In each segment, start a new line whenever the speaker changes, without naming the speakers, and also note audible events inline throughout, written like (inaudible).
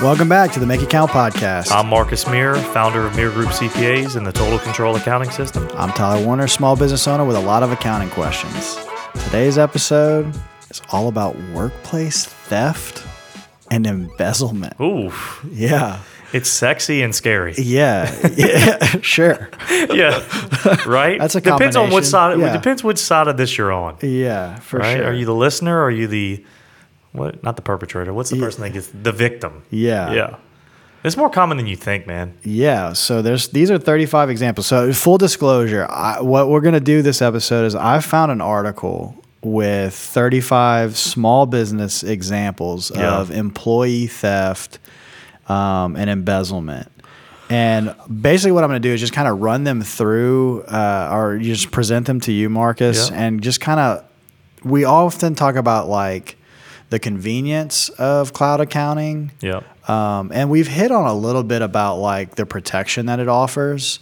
Welcome back to the Make It Count podcast.
I'm Marcus Meir, founder of Meir Group CPAs and the Total Control Accounting System.
I'm Tyler Warner, small business owner with a lot of accounting questions. Today's episode is all about workplace theft and embezzlement.
Ooh,
Yeah.
it's sexy and scary.
Yeah. (laughs) Yeah. sure.
Yeah, right.
That's a
depends on
combination.
what side.
Yeah.
It depends which side of this you're on.
Yeah, for
Right?
sure.
Are you the listener? Or are you the what? Not the perpetrator. What's the person that gets the victim?
Yeah.
yeah. It's more common than you think, man.
Yeah, so there's these are 35 examples. So full disclosure, I, what we're going to do this episode is I found an article with 35 small business examples
Yeah.
of employee theft um, and embezzlement. And basically, what I'm going to do is just kind of run them through, uh, or just present them to you, Marcus,
Yeah.
and just kind of. We often talk about like the convenience of cloud accounting.
Yeah.
Um, and we've hit on a little bit about like the protection that it offers,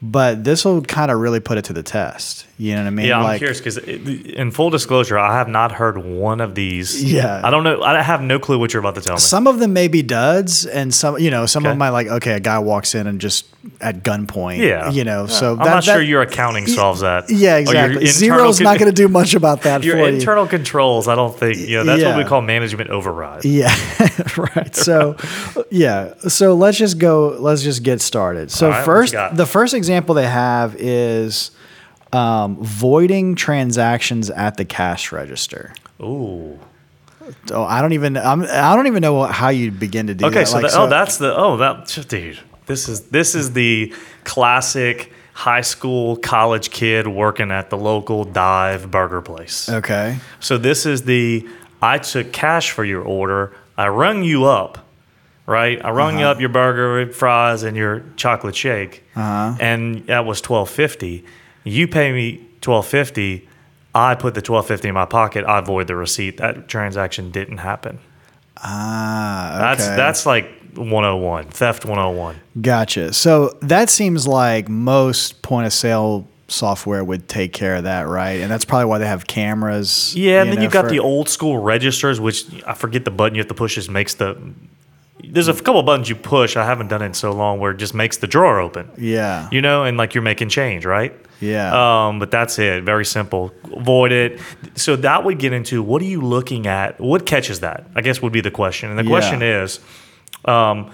but this will kind of really put it to the test. You know what I mean?
Yeah, I'm
like,
curious because, in full disclosure, I have not heard one of these.
Yeah.
I don't know. I have no clue what you're about to tell me.
Some of them may be duds, and some, you know, some of
Okay.
them might like, okay, a guy walks in and just at gunpoint.
Yeah.
You know, so
I'm not sure your accounting solves that.
Yeah,
Or your
exactly.
internal
Zero's
con-
not going to do much about that
your
for you.
internal controls. I don't think you know that's what we
Yeah.
call management override.
Yeah, (laughs) right. So, yeah. So let's just go. Let's just get started. So
All right, what you
first,
got?
the first example they have is um, voiding transactions at the cash register.
Ooh.
Oh, I don't even. I'm, I don't even know how you begin to do.
Okay,
that.
so,
Like,
the, oh, that's the oh that dude. This is this is the classic high school college kid working at the local dive burger place.
Okay.
So this is the I took cash for your order. I rung you up, right? I rung you
Uh-huh.
up your burger, fries, and your chocolate shake,
Uh-huh.
and that was twelve fifty. You pay me twelve fifty. I put the twelve fifty in my pocket. I void the receipt. That transaction didn't happen.
Ah, okay.
That's that's like one hundred and one theft. One hundred and one.
gotcha. So that seems like most point of sale software would take care of that, right? And that's probably why they have cameras.
Yeah, and
you
then
know,
you've got
for-
the old school registers, which I forget the button you have to push. Just makes the there's a couple buttons you push. I haven't done it in so long where it just makes the drawer open.
Yeah.
You know, and like you're making change, right?
Yeah.
Um, but that's it. Very simple. Avoid it. So that would get into what are you looking at? What catches that? I guess would be the question. And the
Yeah.
question is, um,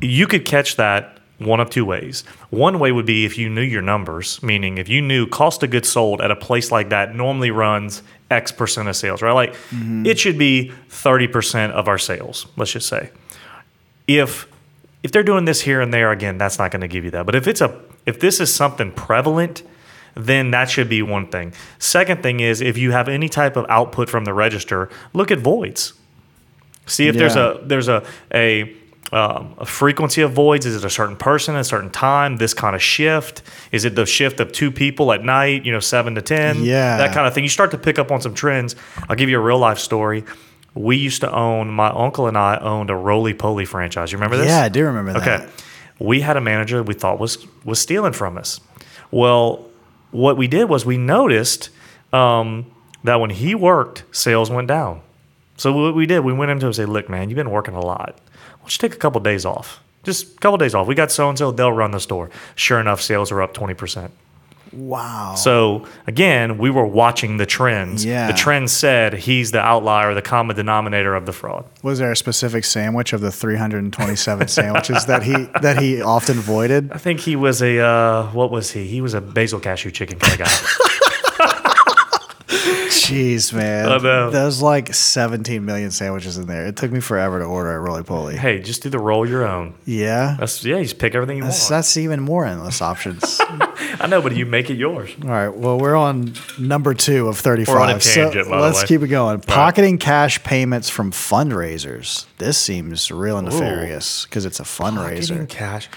you could catch that one of two ways. One way would be if you knew your numbers, meaning if you knew cost of goods sold at a place like that normally runs X percent of sales, right? Like
Mm-hmm.
it should be 30% of our sales, let's just say. If if they're doing this here and there again, that's not going to give you that. But if it's a if this is something prevalent, then that should be one thing. Second thing is if you have any type of output from the register, look at voids. See if there's
Yeah.
a there's a a um, a frequency of voids. Is it a certain person, a certain time? This kind of shift. Is it the shift of two people at night? You know, seven to ten.
Yeah.
that kind of thing. You start to pick up on some trends. I'll give you a real life story. We used to own my uncle and I owned a roly poly franchise. You remember this?
yeah, I do remember that.
Okay. We had a manager we thought was was stealing from us. Well, what we did was we noticed um, that when he worked, sales went down. So what we did, we went into him and said, "Look, man, you've been working a lot. Why don't you take a couple days off? Just a couple days off. We got so and so; they'll run the store." Sure enough, sales are up twenty percent.
Wow.
So again, we were watching the trends.
Yeah.
The trend said he's the outlier, the common denominator of the fraud.
Was there a specific sandwich of the 327 sandwiches that he that he often voided?
I think he was a uh, what was he? He was a basil cashew chicken kind of (laughs) guy.
Jeez, man.
I know.
There's like 17 million sandwiches in there. It took me forever to order at Roly Poly.
hey, just do the roll your own.
Yeah.
That's yeah, you just pick everything you
That's,
want.
that's even more endless options. All
I know, but you make it yours.
right. Well, we're on number two of 35.
We're on a
so
tangent, by the
let's
way.
keep it going. Pocketing cash payments from fundraisers. This seems real nefarious because it's a fundraiser.
cash.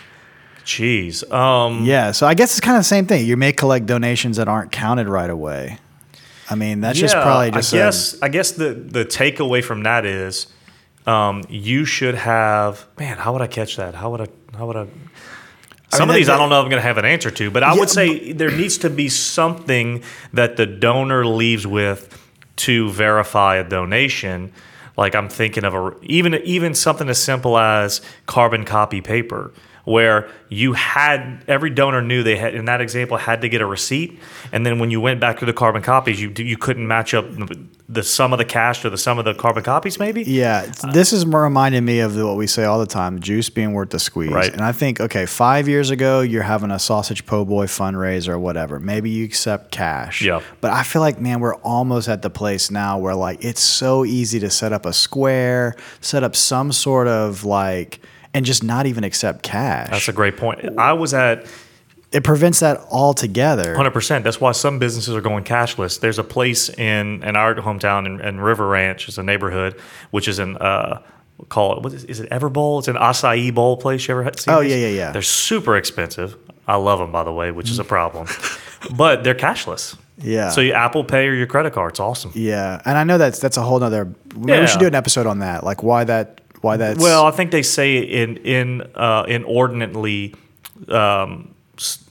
Jeez. Um
Yeah, so I guess it's kind of the same thing. You may collect donations that aren't counted right away. I mean, that's just
yeah,
probably just
I
a-
guess I guess the the takeaway from that is um, you should have man, how would I catch that? How would I how would I some
mean,
of these
that-
I don't know if I'm going to have an answer to, but I
Yeah,
would say there needs to be something that the donor leaves with to verify a donation. Like I'm thinking of a even even something as simple as carbon copy paper, where you had every donor knew they had in that example had to get a receipt, and then when you went back to the carbon copies, you you couldn't match up the sum of the cash to the sum of the carbon copies, maybe.
Yeah, this is more reminding me of what we say all the time: juice being worth the squeeze.
Right.
And I think, okay, five years ago, you're having a sausage po' boy fundraiser or whatever. Maybe you accept cash.
Yeah.
But I feel like, man, we're almost at the place now where like it's so easy to set up a square, set up some sort of like, and just not even accept cash.
That's a great point. I was at
it prevents that altogether.
Hundred percent. That's why some businesses are going cashless. There's a place in in our hometown in, in River Ranch, it's a neighborhood, which is in uh, we'll call it what is, is it Ever Bowl? It's an acai bowl place. You ever had- seen?
Oh,
these?
yeah, yeah, yeah.
They're super expensive. I love them by the way, which is a problem, but they're cashless.
Yeah.
So you Apple Pay or your credit card. It's awesome.
Yeah, and I know that's that's a whole nother. Maybe
Yeah.
we should do an episode on that, like why that why that's
Well, I think they say in in uh, inordinately um, s-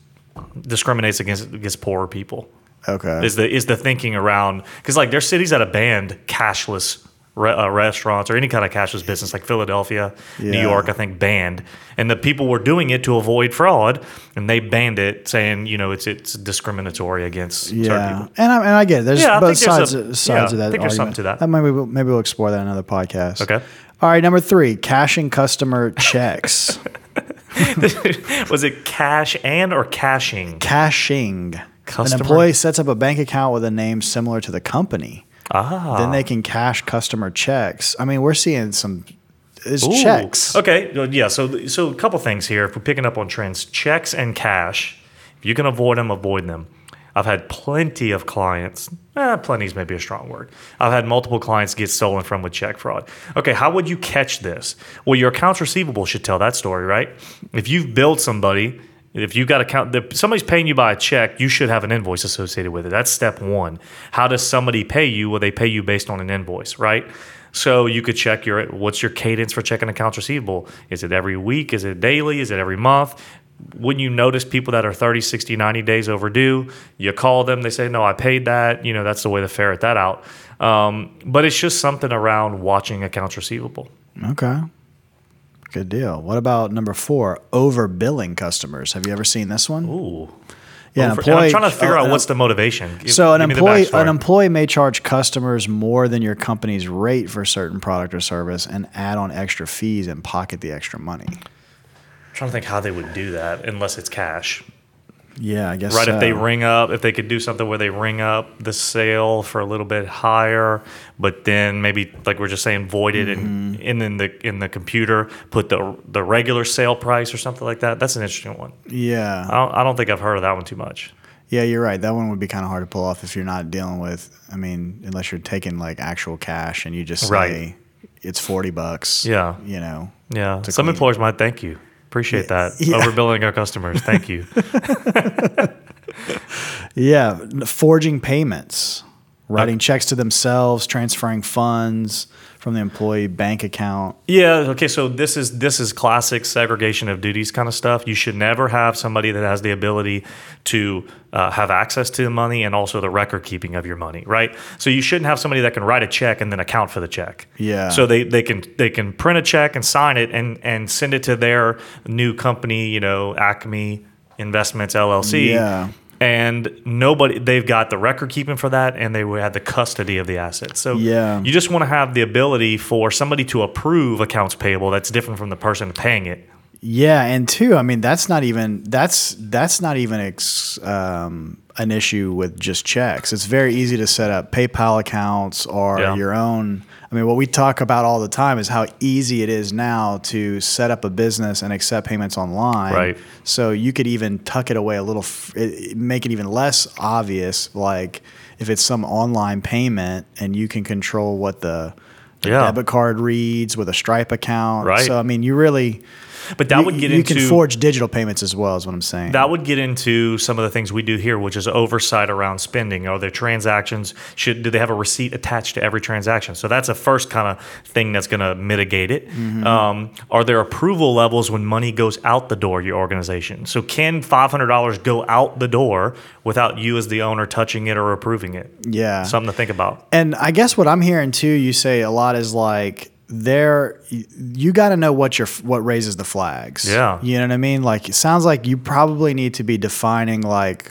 discriminates against against poorer people.
okay.
is the is the thinking around because like there's cities that have banned cashless re- uh, restaurants or any kind of cashless business like Philadelphia, New
Yeah.
York, I think banned, and the people were doing it to avoid fraud, and they banned it, saying you know it's it's discriminatory against certain
yeah,
people.
and I, and I get it. There's
Yeah, I
both
think there's
sides
a-
sides
yeah,
of that.
I think there's
argument.
something to that.
maybe we'll, maybe we'll explore that in another podcast.
Okay.
All right, number three, cashing customer
(laughs)
checks.
Was it cash and or cashing?
Cashing.
Customer-
An employee sets up a bank account with a name similar to the company.
Ah,
Then they can cash customer checks. I mean, we're seeing some it's
Ooh.
checks.
Okay, well, yeah. So, so a couple things here. If we're picking up on trends, checks and cash. If you can avoid them, avoid them. I've had plenty of clients. Eh, plenty is maybe a strong word. I've had multiple clients get stolen from with check fraud. Okay, how would you catch this? Well, your accounts receivable should tell that story, right? If you've billed somebody, if you got account, if somebody's paying you by a check, you should have an invoice associated with it. That's step one. How does somebody pay you? Well, they pay you based on an invoice, right? So you could check your what's your cadence for checking accounts receivable? Is it every week? Is it daily? Is it every month? When you notice people that are 30, 60, 90 days overdue, you call them, they say, No, I paid that. You know, that's the way to ferret that out. Um, but it's just something around watching accounts receivable.
Okay. Good deal. What about number four, overbilling customers? Have you ever seen this one?
Ooh.
yeah, an
And I'm trying to figure
uh,
out
an-
what's the motivation. Give-
so an
give me the
employee
backstory.
an employee may charge customers more than your company's rate for a certain product or service and add on extra fees and pocket the extra money.
I'm trying to think how they would do that unless it's cash.
Yeah, I guess
right if they
so.
ring up if they could do something where they ring up the sale for a little bit higher but then maybe like we're just saying void it and,
Mm-hmm.
and in the in the computer put the the regular sale price or something like that that's an interesting one
Yeah.
i don't, I don't think i've heard of that one too much
Yeah, you're right. That one would be kind of hard to pull off if you're not dealing with. I mean, unless you're taking like actual cash and you just say
Right.
it's forty bucks.
Yeah.
you know.
yeah
To
some
clean.
employers might thank you appreciate that
(laughs) Yeah.
overbilling our customers thank you
Yeah, n- forging payments, writing checks to themselves, transferring funds from the employee bank account.
Yeah. Okay. So this is this is classic segregation of duties kind of stuff. You should never have somebody that has the ability to uh, have access to the money and also the record keeping of your money, right? So you shouldn't have somebody that can write a check and then account for the check.
Yeah.
So they, they can they can print a check and sign it and and send it to their new company, you know, Acme Investments LLC.
Yeah.
And nobody, they've got the record keeping for that, and they would have the custody of the assets. So
Yeah.
you just want to have the ability for somebody to approve accounts payable that's different from the person paying it.
Yeah, and two, I mean, that's not even that's that's not even ex, um, an issue with just checks. It's very easy to set up PayPal accounts or
Yeah.
your own. I mean, what we talk about all the time is how easy it is now to set up a business and accept payments online.
Right.
So you could even tuck it away a little, f- it, it- make it even less obvious. Like if it's some online payment and you can control what the, the
Yeah.
debit card reads with a Stripe account.
Right.
So I mean, you really
But that would get
you
into
can forge digital payments as well, is what I'm saying.
that would get into some of the things we do here, which is oversight around spending. Are there transactions? Should do they have a receipt attached to every transaction? So that's a first kind of thing that's going to mitigate it. Um, are there approval levels when money goes out the door of your organization? So can five hundred dollars go out the door without you as the owner touching it or approving it?
yeah.
Something to think about.
And I guess what I'm hearing too, you say a lot is like there. You got to know what your what raises the flags.
Yeah.
you know what I mean. Like it sounds like you probably need to be defining like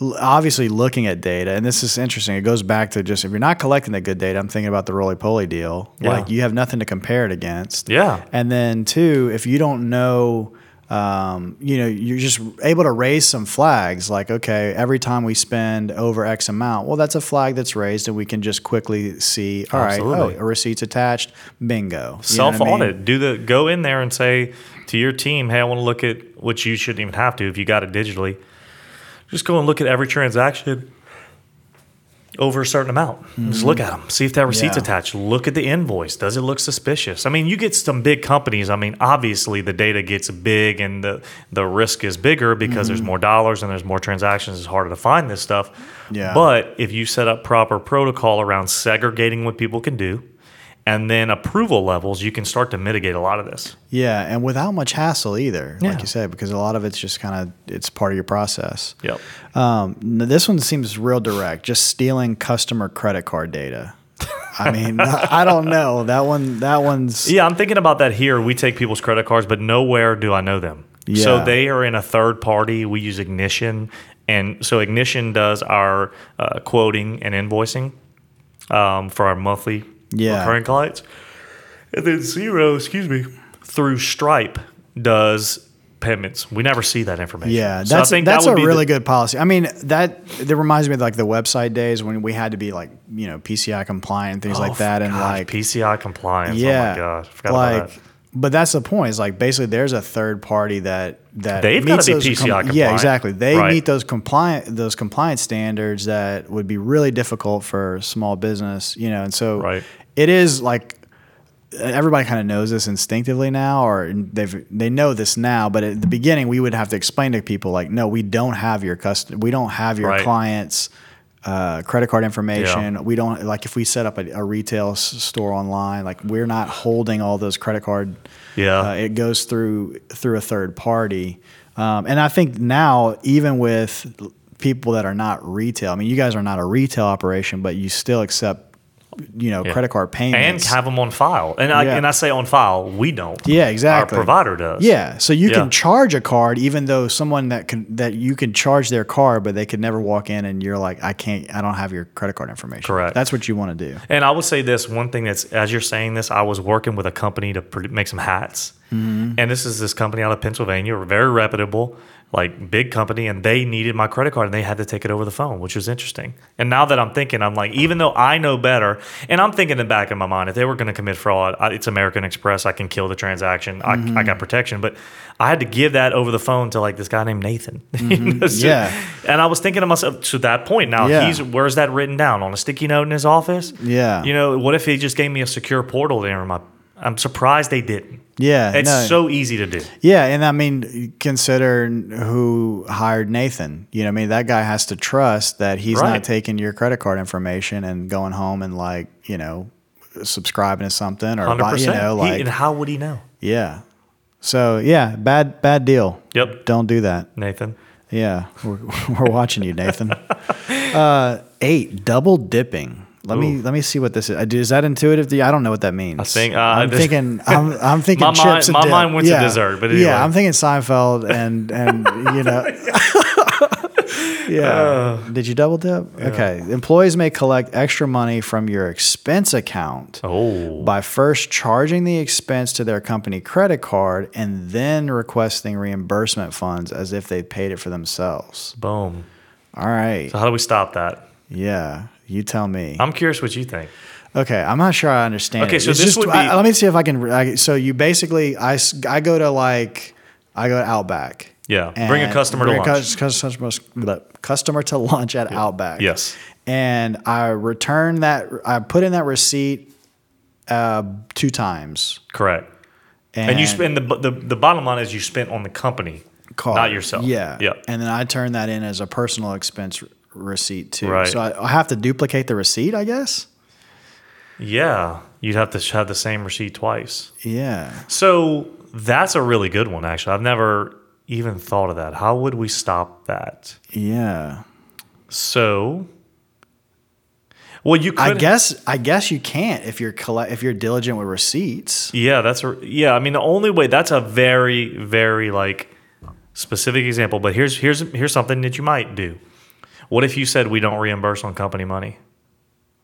l- obviously looking at data and this is interesting it goes back to just if you're not collecting the good data i'm thinking about the roly-poly deal
Yeah.
like you have nothing to compare it against
Yeah.
and then two, if you don't know, um, you know, you're just able to raise some flags. Like, okay, every time we spend over X amount, well, that's a flag that's raised, and we can just quickly see. All right,
Absolutely.
oh, a receipt's attached. Bingo. You know what I
Self
mean?
audit. Do the go in there and say to your team, "Hey, I want to look at which you shouldn't even have to if you got it digitally. Just go and look at every transaction over a certain amount. Just look at them. See if that receipt's
Mm-hmm. Yeah.
attached. Look at the invoice. Does it look suspicious? I mean, you get some big companies. I mean, obviously the data gets big and the the risk is bigger because
Mm-hmm.
there's more dollars and there's more transactions. It's harder to find this stuff.
Yeah.
But but if you set up proper protocol around segregating what people can do and then approval levels, you can start to mitigate a lot of this.
Yeah, and without much hassle either,
Yeah.
like you said, because a lot of it's just kind of it's part of your process.
Yep.
Um, n- this one seems real direct. Just stealing customer credit card data. I mean, (laughs) I don't know that one. That one's
Yeah, I'm thinking about that here. We take people's credit cards, but nowhere do I know them.
Yeah.
So they are in a third party. We use Ignition. And so Ignition does our uh, quoting and invoicing um, for our monthly
Yeah.
recurring clients. And then Zero, excuse me, through Stripe does payments. We never see that information.
Yeah,
So I
that's
think that
that's
would
a
be the-
really good policy. I mean, that that reminds me of like the website days when we had to be like you know PCI compliant and things
Oh,
like that, and
gosh,
like
PCI compliance.
yeah,
oh my gosh, forgot
like.
about that.
But that's the point. Is like basically there's a third party that that
They've gotta
meets
be
those
PCI
Yeah,
compliant.
exactly. They
Right.
meet those compliant those compliance standards that would be really difficult for small business. You know, and so
Right.
it is like everybody kind of knows this instinctively now, or they've they know this now. But at the beginning, we would have to explain to people like, no, we don't have your custom, we don't have your
Right.
clients. Uh, credit card information.
Yeah.
We don't like if we set up a, a retail s- store online. Like we're not holding all those credit card.
Yeah.
uh, it goes through through a third party, um, and I think now even with people that are not retail. I mean, you guys are not a retail operation, but you still accept you know credit card
and
payments
have them on file. And I
Yeah.
and I say on file, we don't.
Yeah, exactly.
Our provider does.
Yeah, so you
Yeah.
can charge a card, even though someone that can that you can charge their card, but they could never walk in and you're like, I can't, I don't have your credit card information.
Correct.
That's what you want to do.
And I would say this one thing that's as you're saying this, I was working with a company to produ- make some hats,
Mm-hmm.
and this is this company out of Pennsylvania, very reputable, like big company, and they needed my credit card and they had to take it over the phone, which was interesting. And now that I'm thinking, I'm like, even though I know better, and I'm thinking in the back of my mind, if they were going to commit fraud, I, it's American Express, I can kill the transaction,
Mm-hmm.
I, I got protection, but I had to give that over the phone to like this guy named Nathan. (laughs) You know,
Mm-hmm.
so-
Yeah.
And I was thinking to myself, to that point, now
Yeah.
he's where's that written down on a sticky note in his office?
Yeah.
You know, what if he just gave me a secure portal to enter my? I'm surprised they didn't.
Yeah,
It's
no.
so easy to do.
Yeah, and I mean, consider who hired Nathan. You know, what I mean, that guy has to trust that he's not
Right.
taking your credit card information and going home and like, you know, subscribing to something or
Hundred
buy, you
percent.
know, like,
and how would he know,
yeah. So yeah, bad bad deal.
Yep.
Don't do that.
Nathan?
Yeah, we're, (laughs) we're watching you, Nathan. Uh, eight double dipping. Let me let me see what this is. Uh, do- Is that intuitive? to you? I don't know what that means. I
think, uh,
I'm
this- (laughs)
thinking. I'm, I'm thinking.
My
chips
mind-
and
my
dip.
mind went to dessert, but anyway.
yeah, I'm thinking Seinfeld and and you
(laughs)
know. yeah.
Uh.
Did you double dip? Okay. Employees may collect extra money from your expense account
Oh,
by first charging the expense to their company credit card and then requesting reimbursement funds as if they paid it for themselves.
boom.
All right.
So how do we stop that?
Yeah. You tell me.
I'm curious what you think.
Okay, I'm not sure I understand.
Okay,
it.
so
It's
this
just-
would
I-
be-
let me see if I can. re- I, so you basically, I, s- I go to like, I go to Outback.
Yeah, bring a
and-
customer to
bring a cus-
lunch.
cus- customer, customer to lunch at Outback.
Yes.
And I return that. I put in that receipt uh, two times.
Correct.
And,
And you spend the, the the bottom line is you spent on the company,
card.
not yourself.
Yeah.
yeah.
And then I turn that in as a personal expense r- receipt too.
Right.
So I, I have to duplicate the receipt, I guess.
Yeah, you'd have to have the same receipt twice.
Yeah.
So that's a really good one, actually. I've never even thought of that. How would we stop that?
Yeah.
So, well, you could.
I guess I guess you can't if you're collect if you're diligent with receipts.
Yeah, that's a, yeah. I mean, the only way that's a very very like specific example. But here's here's here's something that you might do. What if you said we don't reimburse on company money?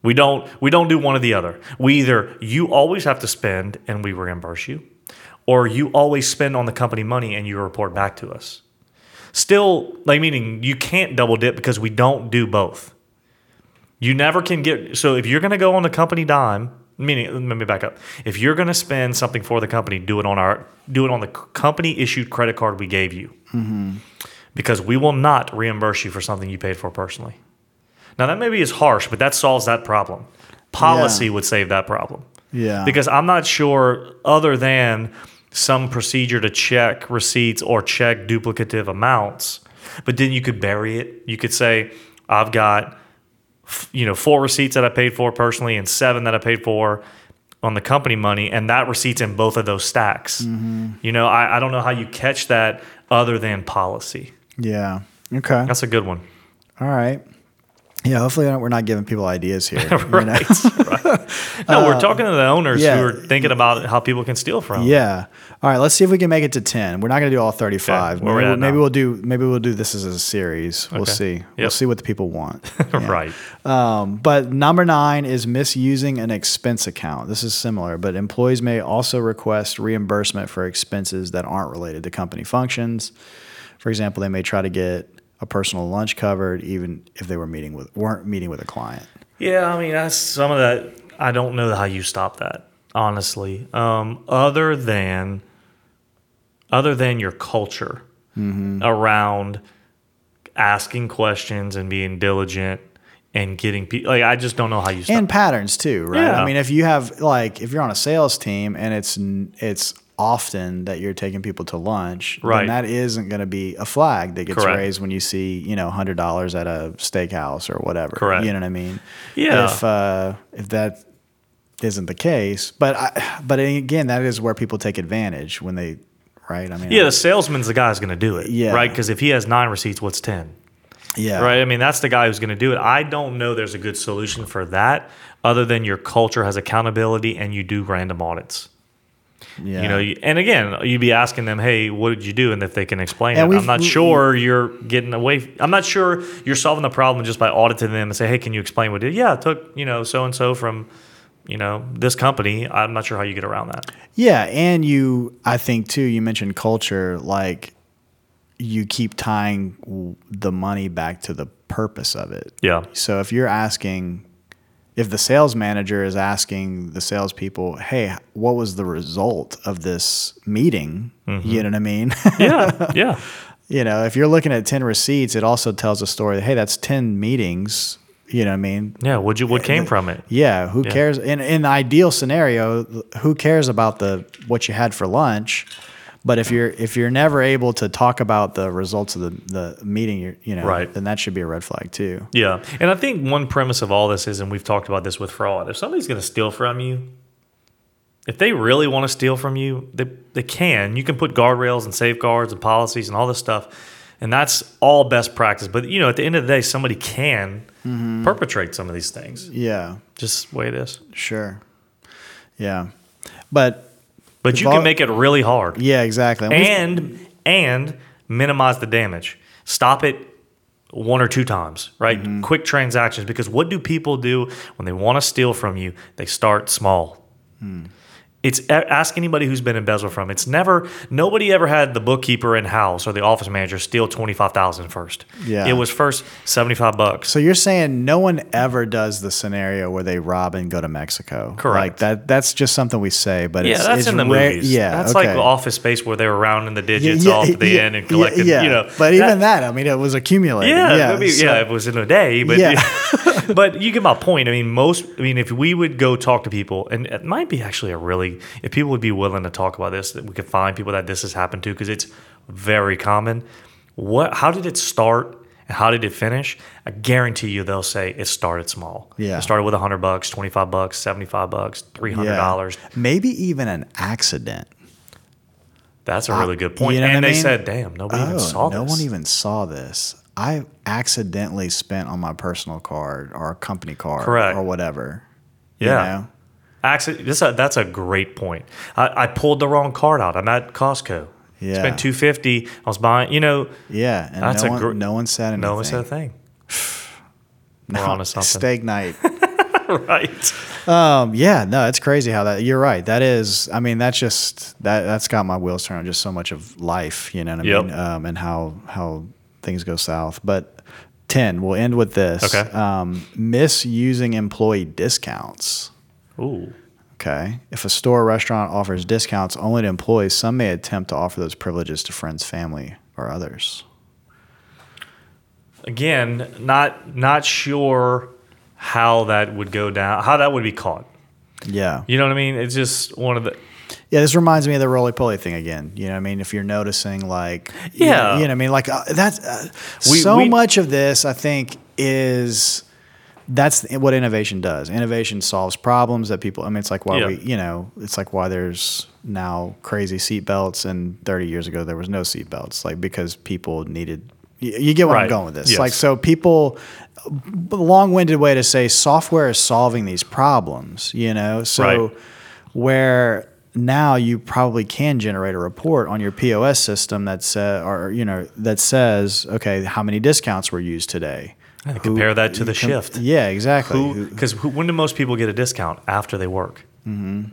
We don't we don't do one or the other. We either you always have to spend and we reimburse you, or you always spend on the company money and you report back to us. Still, like meaning you can't double dip because we don't do both. You never can get so if you're going to go on the company dime, meaning let me back up. If you're going to spend something for the company, do it on our do it on the company issued credit card we gave you, because we will not reimburse you for something you paid for personally. Now that maybe is harsh, but that solves that problem. Policy would save that problem
Yeah.
because I'm not sure other than some procedure to check receipts or check duplicative amounts. But then you could bury it. You could say, I've got f- you know four receipts that I paid for personally and seven that I paid for on the company money, and that receipts in both of those stacks.
Mm-hmm.
You know, I, I don't know how you catch that other than policy.
yeah. Okay.
That's a good one.
All right. Yeah, hopefully we're not giving people ideas
(laughs)
here. you know?
Right. right. No, we're talking to the owners
Uh, yeah.
who are thinking about how people can steal from.
(laughs) Yeah. All right. Let's see if we can make it to ten. We're not going to do all thirty-five.
Okay, where
maybe
we
we'll,
at
maybe
now?
we'll do. Maybe we'll do this as a series. We'll
Okay.
see. We'll
Yep.
see what the people want.
(laughs) right.
Um, but number nine is misusing an expense account. This is similar, but employees may also request reimbursement for expenses that aren't related to company functions. For example, they may try to get a personal lunch covered, even if they were meeting with weren't meeting with a client.
Yeah, I mean, that's some of that. I don't know how you stop that, honestly. Um, other than, other than your culture
Mm-hmm.
around asking questions and being diligent and getting people. Like, I just don't know how you stop.
and patterns too, right?
Uh, Yeah.
I mean, if you have like if you're on a sales team and it's n- it's often that you're taking people to lunch, then
Right.
that isn't going to be a flag that gets
Correct.
raised when you see you know hundred dollars at a steakhouse or whatever.
Correct.
You know what I mean?
Yeah.
If uh, if that isn't the case, but I, but again, that is where people take advantage when they, right? I mean,
yeah, the salesman's the guy who's going to do it.
Yeah.
Right. Because if he has nine receipts, what's 10?
yeah,
Right. I mean, that's the guy who's going to do it. I don't know there's a good solution for that other than your culture has accountability and you do random audits.
Yeah.
You know, you- and again, you'd be asking them, "Hey, what did you do?" And if they can explain
And
it,
we've-
I'm not
we-
sure you're getting away. I'm not sure you're solving the problem just by auditing them and say, "Hey, can you explain what you did?" Yeah, I took you know so and so from you know this company. I'm not sure how you get around that.
Yeah, and you, I think too, you mentioned culture. Like, you keep tying w- the money back to the purpose of it.
Yeah,
So if you're asking, if the sales manager is asking the salespeople, "Hey, what was the result of this meeting?"
Mm-hmm.
You know what I mean? (laughs)
yeah, yeah,
you know, if you're looking at ten receipts, it also tells a story. Hey, that's ten meetings. You know what I mean?
yeah. What you what came from it?
Yeah, who cares? In in the ideal scenario, who cares about the what you had for lunch? But if you're if you're never able to talk about the results of the, the meeting, you're, you know,
Right.
then that should be a red flag too.
Yeah, and I think one premise of all this is, and we've talked about this with fraud. If somebody's going to steal from you, if they really want to steal from you, they they can. You can put guardrails and safeguards and policies and all this stuff, and that's all best practice. But you know, at the end of the day, somebody can perpetrate some of these things.
Yeah,
Just the way it is.
sure. Yeah, but
But you
vol-
can make it really hard
yeah, exactly. And we-
and and minimize the damage. Stop it one or two times, right? Quick transactions because what do people do when they want to steal from you? They start small. Mm. It's a- ask anybody who's been embezzled from. It's never nobody ever had the bookkeeper in house or the office manager steal 25,000 first.
Yeah.
It was first 75 bucks.
so you're saying no one ever does the scenario where they rob and go to Mexico? Like
Correct.
that. That's just something we say, but
Yeah,
it's,
that's
it's
in the
rare-
movies.
Yeah,
that's
okay.
like office space where they were rounding the digits off at the
yeah,
end and collecting.
yeah,
you know,
But
that-
even that, I mean, it was accumulated.
Yeah, maybe,
so-
yeah, it was in a day, but
Yeah.
yeah. (laughs) but you get my point. I mean, most. I mean, if we would go talk to people, and it might be actually a really, if people would be willing to talk about this, that we could find people that this has happened to because it's very common. What? How did it start? And how did it finish? I guarantee you, they'll say it started small.
Yeah.
it started with hundred bucks, twenty five bucks, seventy five bucks, three hundred dollars.
Maybe even an accident.
That's a really good point.
you know
and
what I
they
mean?
said, "Damn, nobody even saw
Oh, no
this."
one even saw this. I accidentally spent on my personal card or a company card
Correct.
or whatever.
Yeah.
You know?
Actually, this that's a great point. I, I pulled the wrong card out. I'm at Costco.
Yeah.
Spent two fifty. I was buying. You know,
Yeah. And
That's
no,
a
one,
gr-
no one said anything.
no one said a thing. (sighs) We're
No,
onto
(laughs)
something,
Steak night.
(laughs) right?
um, yeah, no, it's crazy how that. You're right. That is. I mean, that's just that. That's got my wheels turning. Just so much of life, you know what I
Yep.
mean, um, and how how things go south. But ten. We'll end with this.
Okay.
Um, misusing employee discounts.
Ooh,
Okay. If a store or restaurant offers discounts only to employees, some may attempt to offer those privileges to friends, family, or others.
again, not not sure how that would go down. How that would be caught.
Yeah.
You know what I mean? It's just one of the
Yeah, this reminds me of the roly poly thing again. You know, what I mean, if you're noticing, like, you
Yeah.
know- you know, what I mean, like uh, that's uh,
We-
so
we-
much of this. I think is that's what innovation does. Innovation solves problems that people. I mean, it's like why
Yeah.
we, you know, it's like why there's now crazy seatbelts, and 30 years ago there was no seatbelts, like because people needed. You, you get where
Right.
I'm going with this.
Yes.
Like, so people a long-winded way to say software is solving these problems you know so
Right.
where now you probably can generate a report on your POS system that says or you know that says okay how many discounts were used today
And compare that to the
com-
shift.
yeah exactly
who because who, when do most people get a discount after they work? Mm-hmm.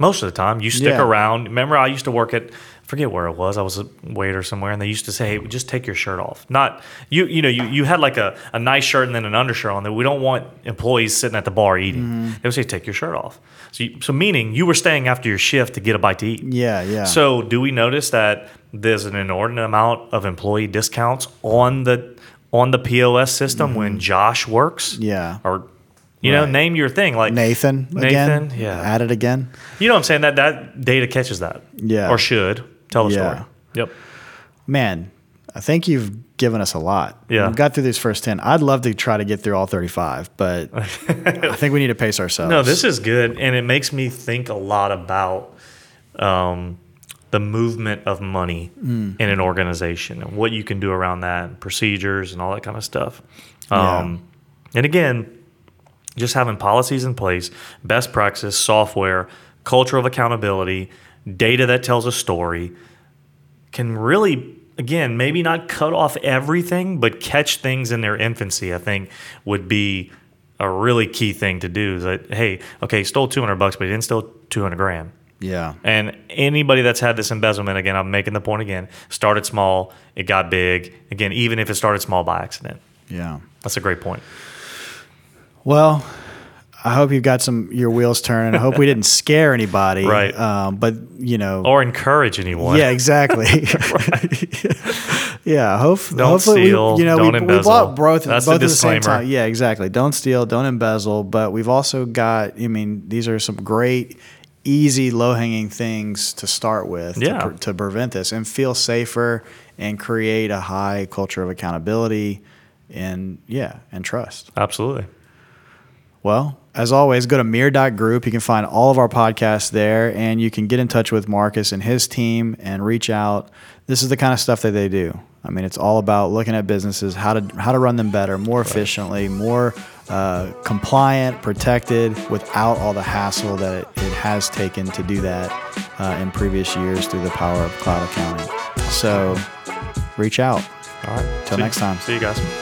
Most of the time, you stick
Yeah.
around. Remember, I used to work at I forget where it was. I was a waiter somewhere, and they used to say, "Hey, just take your shirt off." Not you. You know, you, you had like a, a nice shirt and then an undershirt on. That we don't want employees sitting at the bar eating. They would say, "Take your shirt off." So, you, so meaning you were staying after your shift to get a bite to eat.
yeah yeah
So, do we notice that there's an inordinate amount of employee discounts on the on the POS system when Josh works?
Yeah.
Or you know,
Right.
name your thing like
Nathan, again
Nathan, yeah.
at it again
You know what I'm saying? That that data catches that.
Yeah.
Or should tell the
Yeah.
story. Yep.
man I think you've given us a lot
Yeah.
we got through these first 10 I'd love to try to get through all 35
(laughs)
but I think we need to pace ourselves
No, this is good, and it makes me think a lot about um, the movement of money in an organization and what you can do around that, and procedures, and all that kind of stuff. Um, And again, just having policies in place, best practice, software, culture of accountability, data that tells a story can really again maybe not cut off everything but catch things in their infancy i think would be a really key thing to do is that hey okay stole 200 bucks but he didn't steal 200 grand
yeah
and anybody that's had this embezzlement again i'm making the point again started small it got big again even if it started small by accident
yeah
that's a great point
Well, I hope you've got some your wheels turning. I hope we didn't scare anybody.
Right.
Um, but you know.
or encourage anyone
yeah,
(laughs)
exactly. (laughs) yeah, hope,
Don't
hopefully we-
steal,
you know we,
don't
we
embezzle.
bought both,
That's the
both at the same
disclaimer.
time. Yeah, exactly. Don't steal, don't embezzle, but we've also got I mean, these are some great easy low-hanging things to start with
Yeah.
to, pre- to prevent this and feel safer and create a high culture of accountability and yeah, and trust.
absolutely
Well, as always, go to mirror.group. You can find all of our podcasts there and you can get in touch with Marcus and his team and reach out. This is the kind of stuff that they do. I mean, it's all about looking at businesses, how to how to run them better, more efficiently, more uh, compliant, protected, without all the hassle that it, it has taken to do that uh, in previous years through the power of cloud accounting. So, reach out.
all right
Till
See-
next time.
see you guys